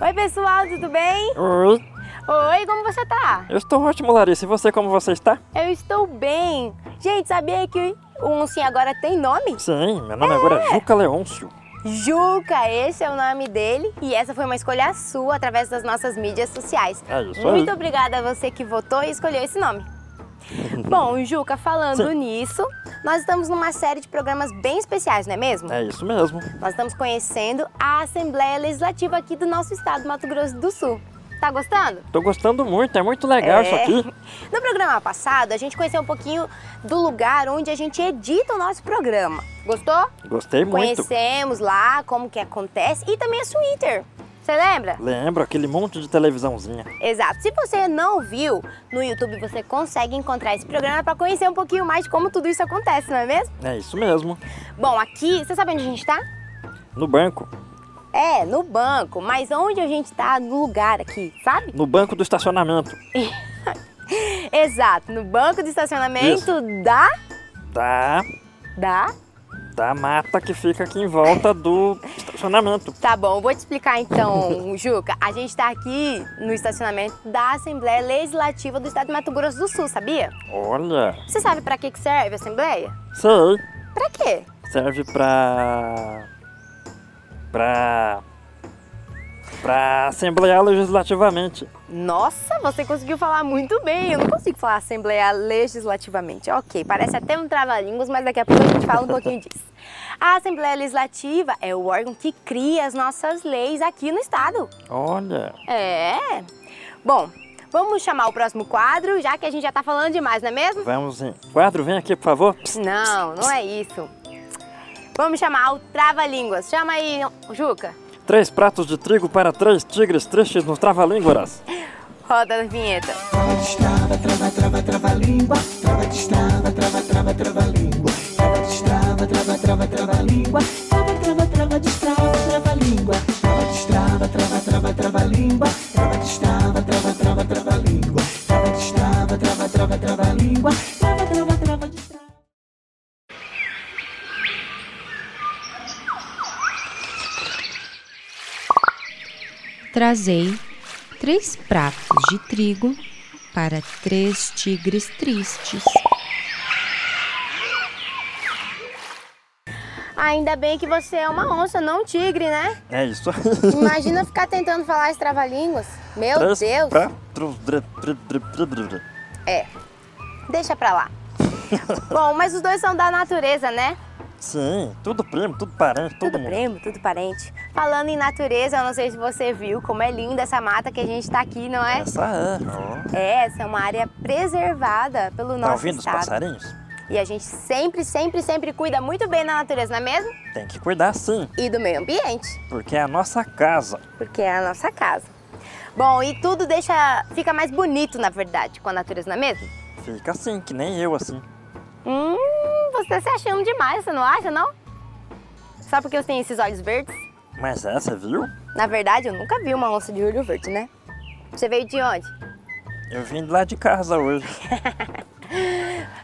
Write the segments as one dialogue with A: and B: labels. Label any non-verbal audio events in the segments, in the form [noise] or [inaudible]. A: Oi, pessoal, tudo bem?
B: Oi,
A: Oi, como você tá?
B: eu estou ótimo, Larissa. E você, como você está?
A: Eu estou bem. Gente, sabia que o Unssim agora tem nome?
B: Sim, meu nome agora é Juca Leôncio.
A: Juca, esse é o nome dele e essa foi uma escolha sua através das nossas mídias sociais.
B: É isso aí.
A: Muito obrigada a você que votou e escolheu esse
B: [laughs]
A: nome. Bom, Juca, falando nisso, nós estamos numa série de programas bem especiais, não é mesmo?
B: É isso mesmo.
A: Nós estamos conhecendo a Assembleia Legislativa aqui do nosso estado, Mato Grosso do Sul. Tá gostando?
B: Tô gostando muito, é muito legal isso
A: É.
B: aqui.
A: No programa passado, a gente conheceu um pouquinho do lugar onde a gente edita o nosso programa. Gostou?
B: Gostei muito.
A: Conhecemos lá como que acontece e também a Twitter. Você lembra?
B: Lembro aquele monte de televisãozinha.
A: Exato. Se você não viu, no YouTube você consegue encontrar esse programa para conhecer um pouquinho mais de como tudo isso acontece, não é mesmo?
B: É isso mesmo.
A: Bom, aqui, você sabe onde a gente tá?
B: No banco.
A: É, no banco, mas onde a gente tá no lugar aqui, sabe?
B: No banco do estacionamento.
A: Exato, no banco de estacionamento da
B: Da,
A: da
B: da Tá, mata que fica aqui em volta do estacionamento.
A: Tá bom, vou te explicar então, [laughs] Juca. A gente tá aqui no estacionamento da Assembleia Legislativa do Estado de Mato Grosso do Sul, sabia?
B: Olha,
A: Você sabe pra que que serve a Assembleia?
B: sei.
A: Pra quê?
B: Serve pra. pra. pra assemblear legislativamente.
A: Nossa, você conseguiu falar muito bem. Eu não consigo falar Assembleia Legislativamente. Ok, parece até um trava-línguas, mas daqui a pouco a gente fala um pouquinho disso. A Assembleia Legislativa é o órgão que cria as nossas leis aqui no Estado.
B: Olha.
A: É. Bom, vamos chamar o próximo quadro, já que a gente já tá falando demais, não é mesmo?
B: Vamos em. Quadro, vem aqui, por favor. Psst,
A: Não, não é isso. Vamos chamar o trava-línguas. Chama aí, Juca.
B: Três pratos de trigo para três tigres tristes no trava-línguas.
A: Roda a vinheta.
C: Trava, destrava, trava, trava, trava a língua. Trava, destrava, trava, trava, trava a língua. Trava, destrava, trava, trava, trava a língua. Trava, trava, trava, destrava, trava a língua. Trava, destrava, trava, trava, trava a língua. Trava, destrava, trava, trava, trava a língua. Trava, destrava, trava, trava, trava a língua. Trava, trava, trava, destrava.
D: Trazei três pratos de trigo para três tigres tristes.
A: Ainda bem que você é uma onça, não um tigre, né?
B: É isso aí.
A: Imagina ficar tentando falar esse trava-línguas. Meu
B: [laughs] Três
A: Deus.
B: pratos de tri- tri- tri- tri- tri-
A: É. Deixa pra
B: [laughs]
A: lá. Bom, mas os dois são da natureza, né?
B: Sim, tudo primo, tudo parente, todo
A: Tudo
B: mundo.
A: primo, tudo parente. Falando em natureza, eu não sei se você viu como é linda essa mata que a gente tá aqui, não é?
B: Essa é. ó.
A: É, essa é uma área preservada pelo
B: Tá
A: nosso
B: ouvindo os
A: estado.
B: passarinhos?
A: E a gente sempre, sempre, sempre cuida muito bem da natureza, não é mesmo?
B: Tem que cuidar sim,
A: E do meio ambiente,
B: porque é a nossa casa.
A: porque é a nossa casa. Bom, e tudo deixa. fica mais bonito, na verdade, com a natureza, não é mesmo?
B: Fica assim, que nem eu assim.
A: Hum, você tá se achando demais, você não acha, não? Só porque eu tenho esses olhos verdes?
B: Mas essa, viu?
A: Na verdade, eu nunca vi uma onça de olho verde, né? Você veio de onde?
B: Eu vim lá de casa hoje.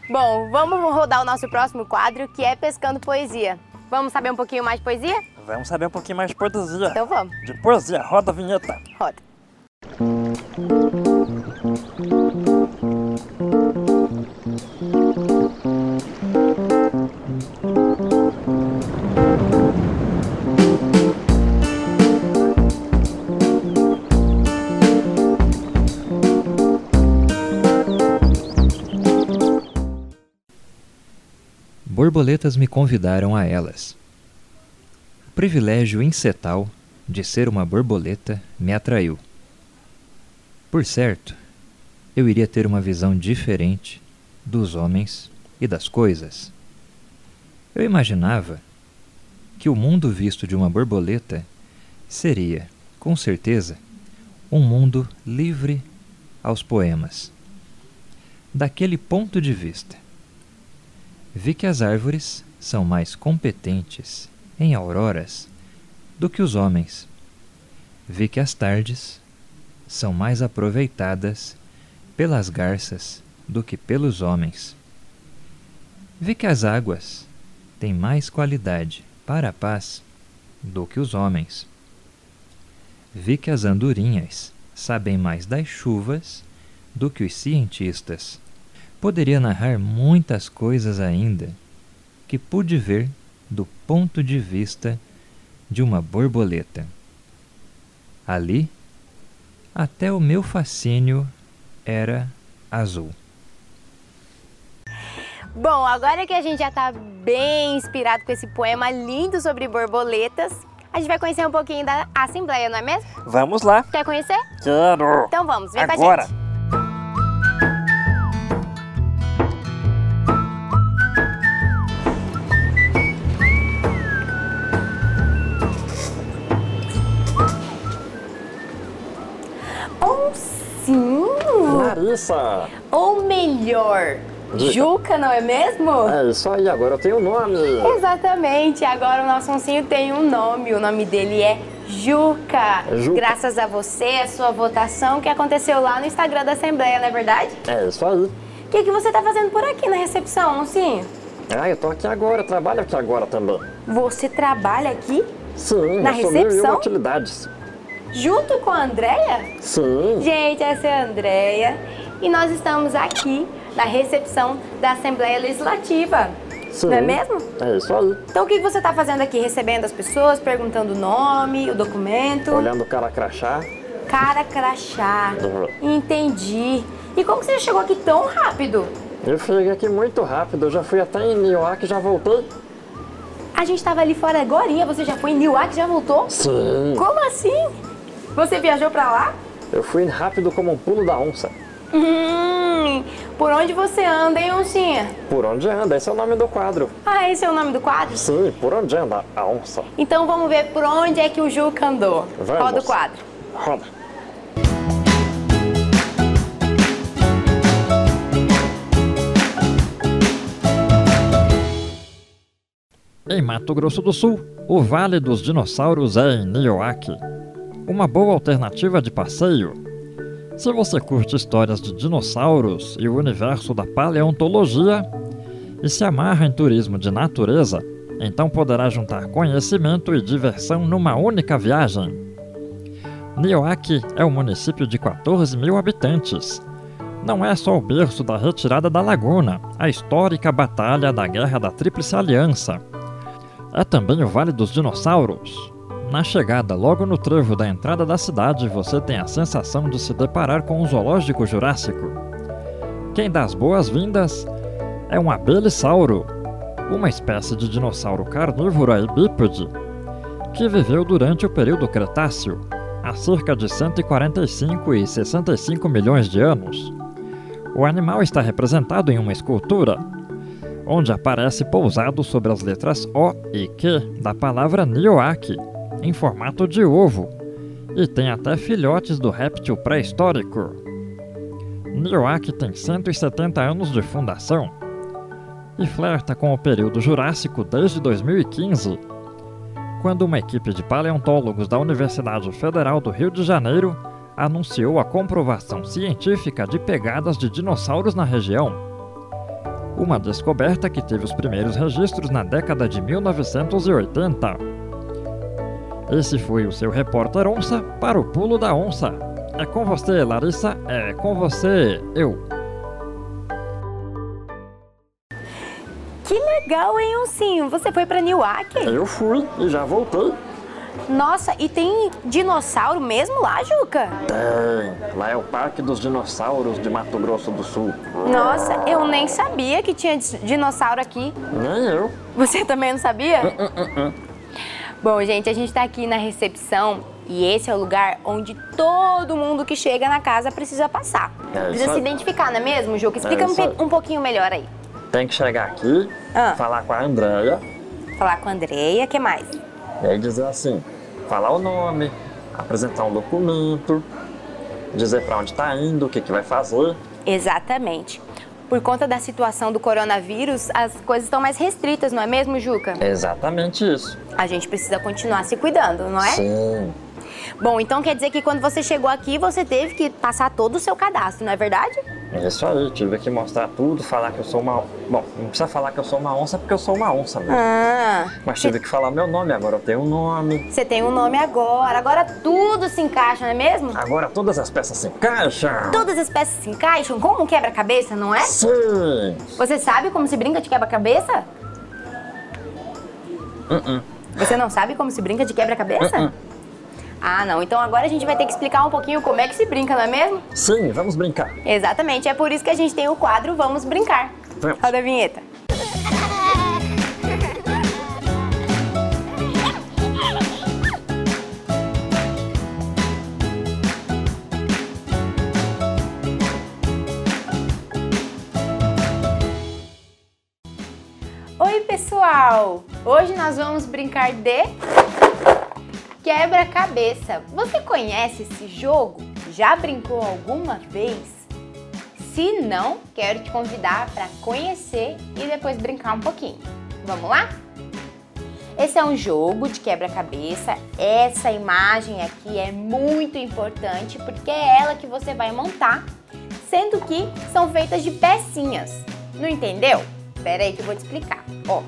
A: Bom, vamos rodar o nosso próximo quadro, que é Pescando Poesia. Vamos saber um pouquinho mais de poesia?
B: Vamos saber um pouquinho mais de poesia.
A: Então vamos,
B: De poesia, roda a vinheta.
A: roda.
E: Borboletas me convidaram a elas. O privilégio insetal de ser uma borboleta me atraiu. Por certo, eu iria ter uma visão diferente dos homens e das coisas. Eu imaginava que o mundo visto de uma borboleta seria, com certeza, um mundo livre aos poemas. Daquele ponto de vista, vi que as árvores são mais competentes em auroras do que os homens. Vi que as tardes são mais aproveitadas pelas garças do que pelos homens. Vi que as águas têm mais qualidade para a paz do que os homens. vi que as andorinhas sabem mais das chuvas do que os cientistas. Poderia narrar muitas coisas ainda que pude ver do ponto de vista de uma borboleta. Ali, até o meu fascínio era azul.
A: Bom, agora que a gente já está bem inspirado com esse poema lindo sobre borboletas, a gente vai conhecer um pouquinho da Assembleia, não é mesmo?
F: Vamos lá.
A: Quer conhecer?
F: Quero.
A: Então vamos, vem
F: Agora.
A: com a gente. Ou sim,
B: Larissa!
A: ou melhor, Juca, não é mesmo?
B: É isso aí, agora eu tenho o nome.
A: Exatamente, agora o nosso oncinho tem um nome, o nome dele é Juca.
B: É Juca.
A: Graças a você, a sua votação que aconteceu lá no Instagram da Assembleia, não é verdade?
B: É isso aí.
A: O que, que você tá fazendo por aqui na recepção, oncinho?
B: Ah, eu tô aqui agora, eu trabalho aqui agora também.
A: Você trabalha aqui
B: Sim,
A: Na
B: eu sou mil e
A: recepção?
B: uma utilidades.
A: junto com a Andrea?
B: Sim,
A: Gente, essa é a Andrea e nós estamos aqui na recepção da Assembleia Legislativa.
B: sim.
A: Não é mesmo?
B: É isso aí.
A: Então o que que você tá fazendo aqui? Recebendo as pessoas, perguntando o nome, o documento?
B: Olhando o cara crachá.
A: Cara crachá.
B: Uhum.
A: Entendi. E como que você chegou aqui tão rápido?
B: Eu cheguei aqui muito rápido, eu já fui até em Newark e já voltei.
A: A gente tava ali fora agora, você já foi em Newark, já voltou?
B: Sim.
A: Como assim? Você viajou pra lá?
B: Eu fui rápido como um pulo da onça.
A: Hum, por onde você anda, hein, oncinha?
B: Por onde anda? Esse é o nome do quadro.
A: Ah, esse é o nome do quadro?
B: Sim, por onde anda a onça?
A: Então vamos ver por onde é que o Juca andou.
B: Vamos.
A: Roda o quadro.
B: Roda.
E: Em Mato Grosso do Sul, o Vale dos Dinossauros é em Nioaque. Uma boa alternativa de passeio. Se você curte histórias de dinossauros e o universo da paleontologia e se amarra em turismo de natureza, então poderá juntar conhecimento e diversão numa única viagem. Nioaque é um município de 14 mil habitantes não é só o berço da retirada da Laguna, a histórica batalha da Guerra da Tríplice Aliança. É também o Vale dos Dinossauros. Na chegada, logo no trevo da entrada da cidade, você tem a sensação de se deparar com o zoológico jurássico. Quem dá as boas-vindas é um abelisauro, uma espécie de dinossauro carnívoro e bípede, que viveu durante o período Cretáceo, há cerca de 145 e 65 milhões de anos. O animal está representado em uma escultura, onde aparece pousado sobre as letras O e Q da palavra Nioaque, em formato de ovo, e tem até filhotes do réptil pré-histórico. Nioaque tem 170 anos de fundação e flerta com o período Jurássico desde 2015, quando uma equipe de paleontólogos da Universidade Federal do Rio de Janeiro anunciou a comprovação científica de pegadas de dinossauros na região. Uma descoberta que teve os primeiros registros na década de 1980. Esse foi o seu repórter Onça para o Pulo da Onça. É com você, Larissa, é com você, eu.
A: Que legal, hein, oncinho? Você foi pra Newark?
B: Eu fui e já voltei.
A: Nossa, e tem dinossauro mesmo lá, Juca?
B: Tem. Lá é o Parque dos Dinossauros de Mato Grosso do Sul.
A: Nossa, eu nem sabia que tinha dis- dinossauro aqui.
B: Nem eu.
A: Você [laughs] também não sabia?
B: Hum,
A: Bom, gente, a gente tá aqui na recepção e esse é o lugar onde todo mundo que chega na casa precisa passar.
B: É,
A: precisa
B: isso
A: se
B: aí.
A: identificar, não é mesmo, Juca? Explica
B: É,
A: um,
B: isso
A: pe- um pouquinho melhor aí.
B: Tem que chegar aqui,
A: Ah.
B: falar com a Andrea
A: Falar com a Andrea, que mais?
B: e aí dizer assim, falar o nome, apresentar um documento, dizer pra onde tá indo, o que, que vai fazer.
A: Exatamente. Por conta da situação do coronavírus, as coisas estão mais restritas, não é mesmo, Juca?
B: É exatamente isso.
A: A gente precisa continuar se cuidando, não é?
B: Sim.
A: Bom, então quer dizer que quando você chegou aqui, você teve que passar todo o seu cadastro, não é verdade?
B: É isso aí, tive que mostrar tudo, falar que eu sou uma. Bom, não precisa falar que eu sou uma onça porque eu sou uma onça mesmo.
A: Ah,
B: Mas tive que falar meu nome agora, eu tenho um nome.
A: você tem um nome agora. Agora tudo se encaixa, não é mesmo?
B: Agora todas as peças se encaixam.
A: Todas as peças se encaixam como um quebra-cabeça, não é?
B: Sim!
A: Você sabe como se brinca de quebra-cabeça? Você não sabe como se brinca de quebra-cabeça? Ah, não. Então agora a gente vai ter que explicar um pouquinho como é que se brinca, não é mesmo?
B: Sim, vamos brincar.
A: Exatamente. É por isso que a gente tem o quadro Vamos Brincar.
B: Vamos.
A: Roda a vinheta. Oi, pessoal! Hoje nós vamos brincar de quebra-cabeça. Você conhece esse jogo? Já brincou alguma vez? Se não, quero te convidar para conhecer e depois brincar um pouquinho. Vamos lá? Esse é um jogo de quebra-cabeça. Essa imagem aqui é muito importante porque é ela que você vai montar, sendo que são feitas de pecinhas. Não entendeu? Espera aí que eu vou te explicar. Ó.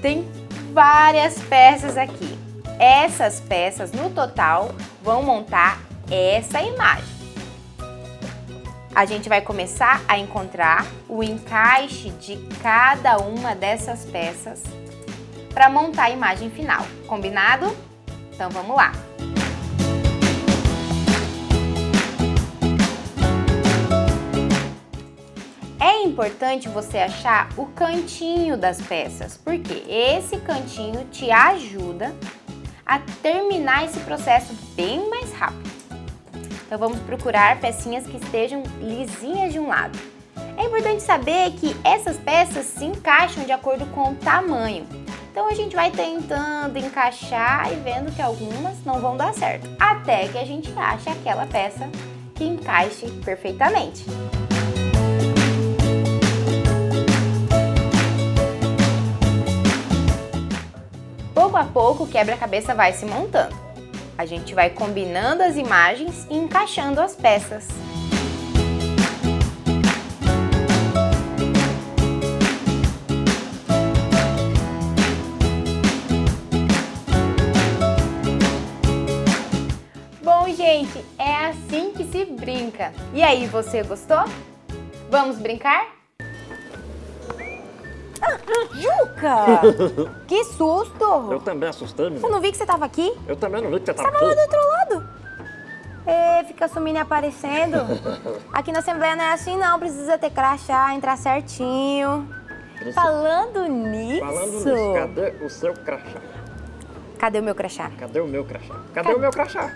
A: Tem várias peças aqui. Essas peças no total vão montar essa imagem a gente vai começar a encontrar o encaixe de cada uma dessas peças para montar a imagem final. Combinado? Então vamos lá. É importante você achar o cantinho das peças, porque esse cantinho te ajuda a terminar esse processo bem mais rápido. Então vamos procurar pecinhas que estejam lisinhas de um lado. É importante saber que essas peças se encaixam de acordo com o tamanho. Então a gente vai tentando encaixar e vendo que algumas não vão dar certo, até que a gente ache aquela peça que encaixe perfeitamente. Pouco a pouco o quebra-cabeça vai se montando. A gente vai combinando as imagens e encaixando as peças. Bom, gente, é assim que se brinca. E aí, você gostou? Vamos brincar? Ah,
B: [laughs]
A: Juca! que
B: [laughs] Eu
A: susto!
B: também assustei,
A: Eu
B: menino.
A: não vi que você tava aqui.
B: Eu também não vi que você tava
A: Tava lá do
B: aqui.
A: outro lado. É, fica sumindo e [laughs] aparecendo. Aqui na Assembleia não é assim, não. Precisa ter crachá, entrar certinho.
B: Prince-
A: Falando nisso.
B: Falando nisso, cadê o seu crachá?
A: Cadê o meu crachá?
B: Cadê o meu crachá? Cadê o meu crachá?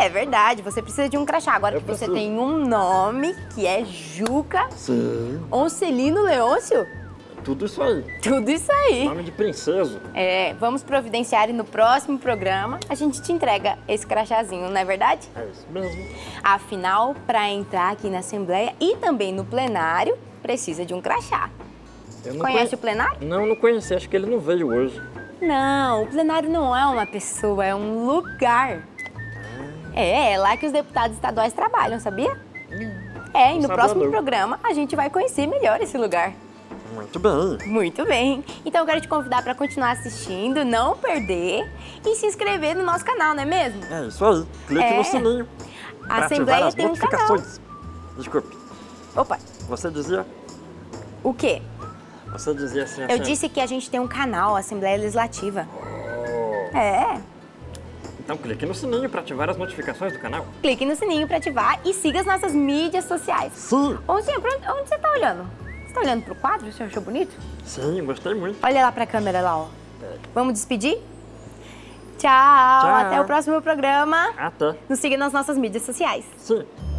A: É verdade, você precisa de um crachá. Agora
B: Eu
A: que você
B: preciso.
A: tem um nome, que é Juca
B: Sim.
A: Oncelino Leôncio.
B: Tudo isso aí.
A: Tudo isso aí.
B: Nome de princesa.
A: É, vamos providenciar e no próximo programa a gente te entrega esse crachazinho, não é verdade?
B: É isso mesmo.
A: Afinal, para entrar aqui na Assembleia e também no plenário, precisa de um crachá.
B: Eu não
A: Conhece o
B: conhe-
A: plenário?
B: Não, não conheci. Acho que ele não veio hoje.
A: Não, o plenário não é uma pessoa, é um lugar.
B: Ah.
A: É, é lá que os deputados estaduais trabalham, sabia?
B: Hum.
A: É, e no
B: Sabia
A: próximo
B: não.
A: programa a gente vai conhecer melhor esse lugar.
B: Muito bem.
A: Muito bem. Então eu quero te convidar para continuar assistindo, não perder e se inscrever no nosso canal, não é mesmo?
B: É isso aí. Clique
A: É.
B: no sininho.
A: A
B: pra ativar
A: Assembleia
B: as
A: tem um canal.
B: notificações. Desculpe.
A: Opa,
B: Você dizia?
A: o quê?
B: Você dizia assim,
A: Eu
B: assim.
A: disse que a gente tem um canal, Assembleia Legislativa.
B: "Oh."
A: É.
B: Então clique no sininho pra ativar as notificações do canal.
A: Clique no sininho para ativar e siga as nossas mídias sociais.
B: Sim.
A: Onde, pra onde, onde você tá olhando? Você tá olhando pro quadro? Você achou bonito?
B: Sim, gostei muito.
A: Olha lá pra câmera lá, ó. Vamos despedir? Tchau,
B: Tchau.
A: até o próximo programa.
B: Até.
A: Nos siga nas nossas mídias sociais.
B: Ah, tá. Sim.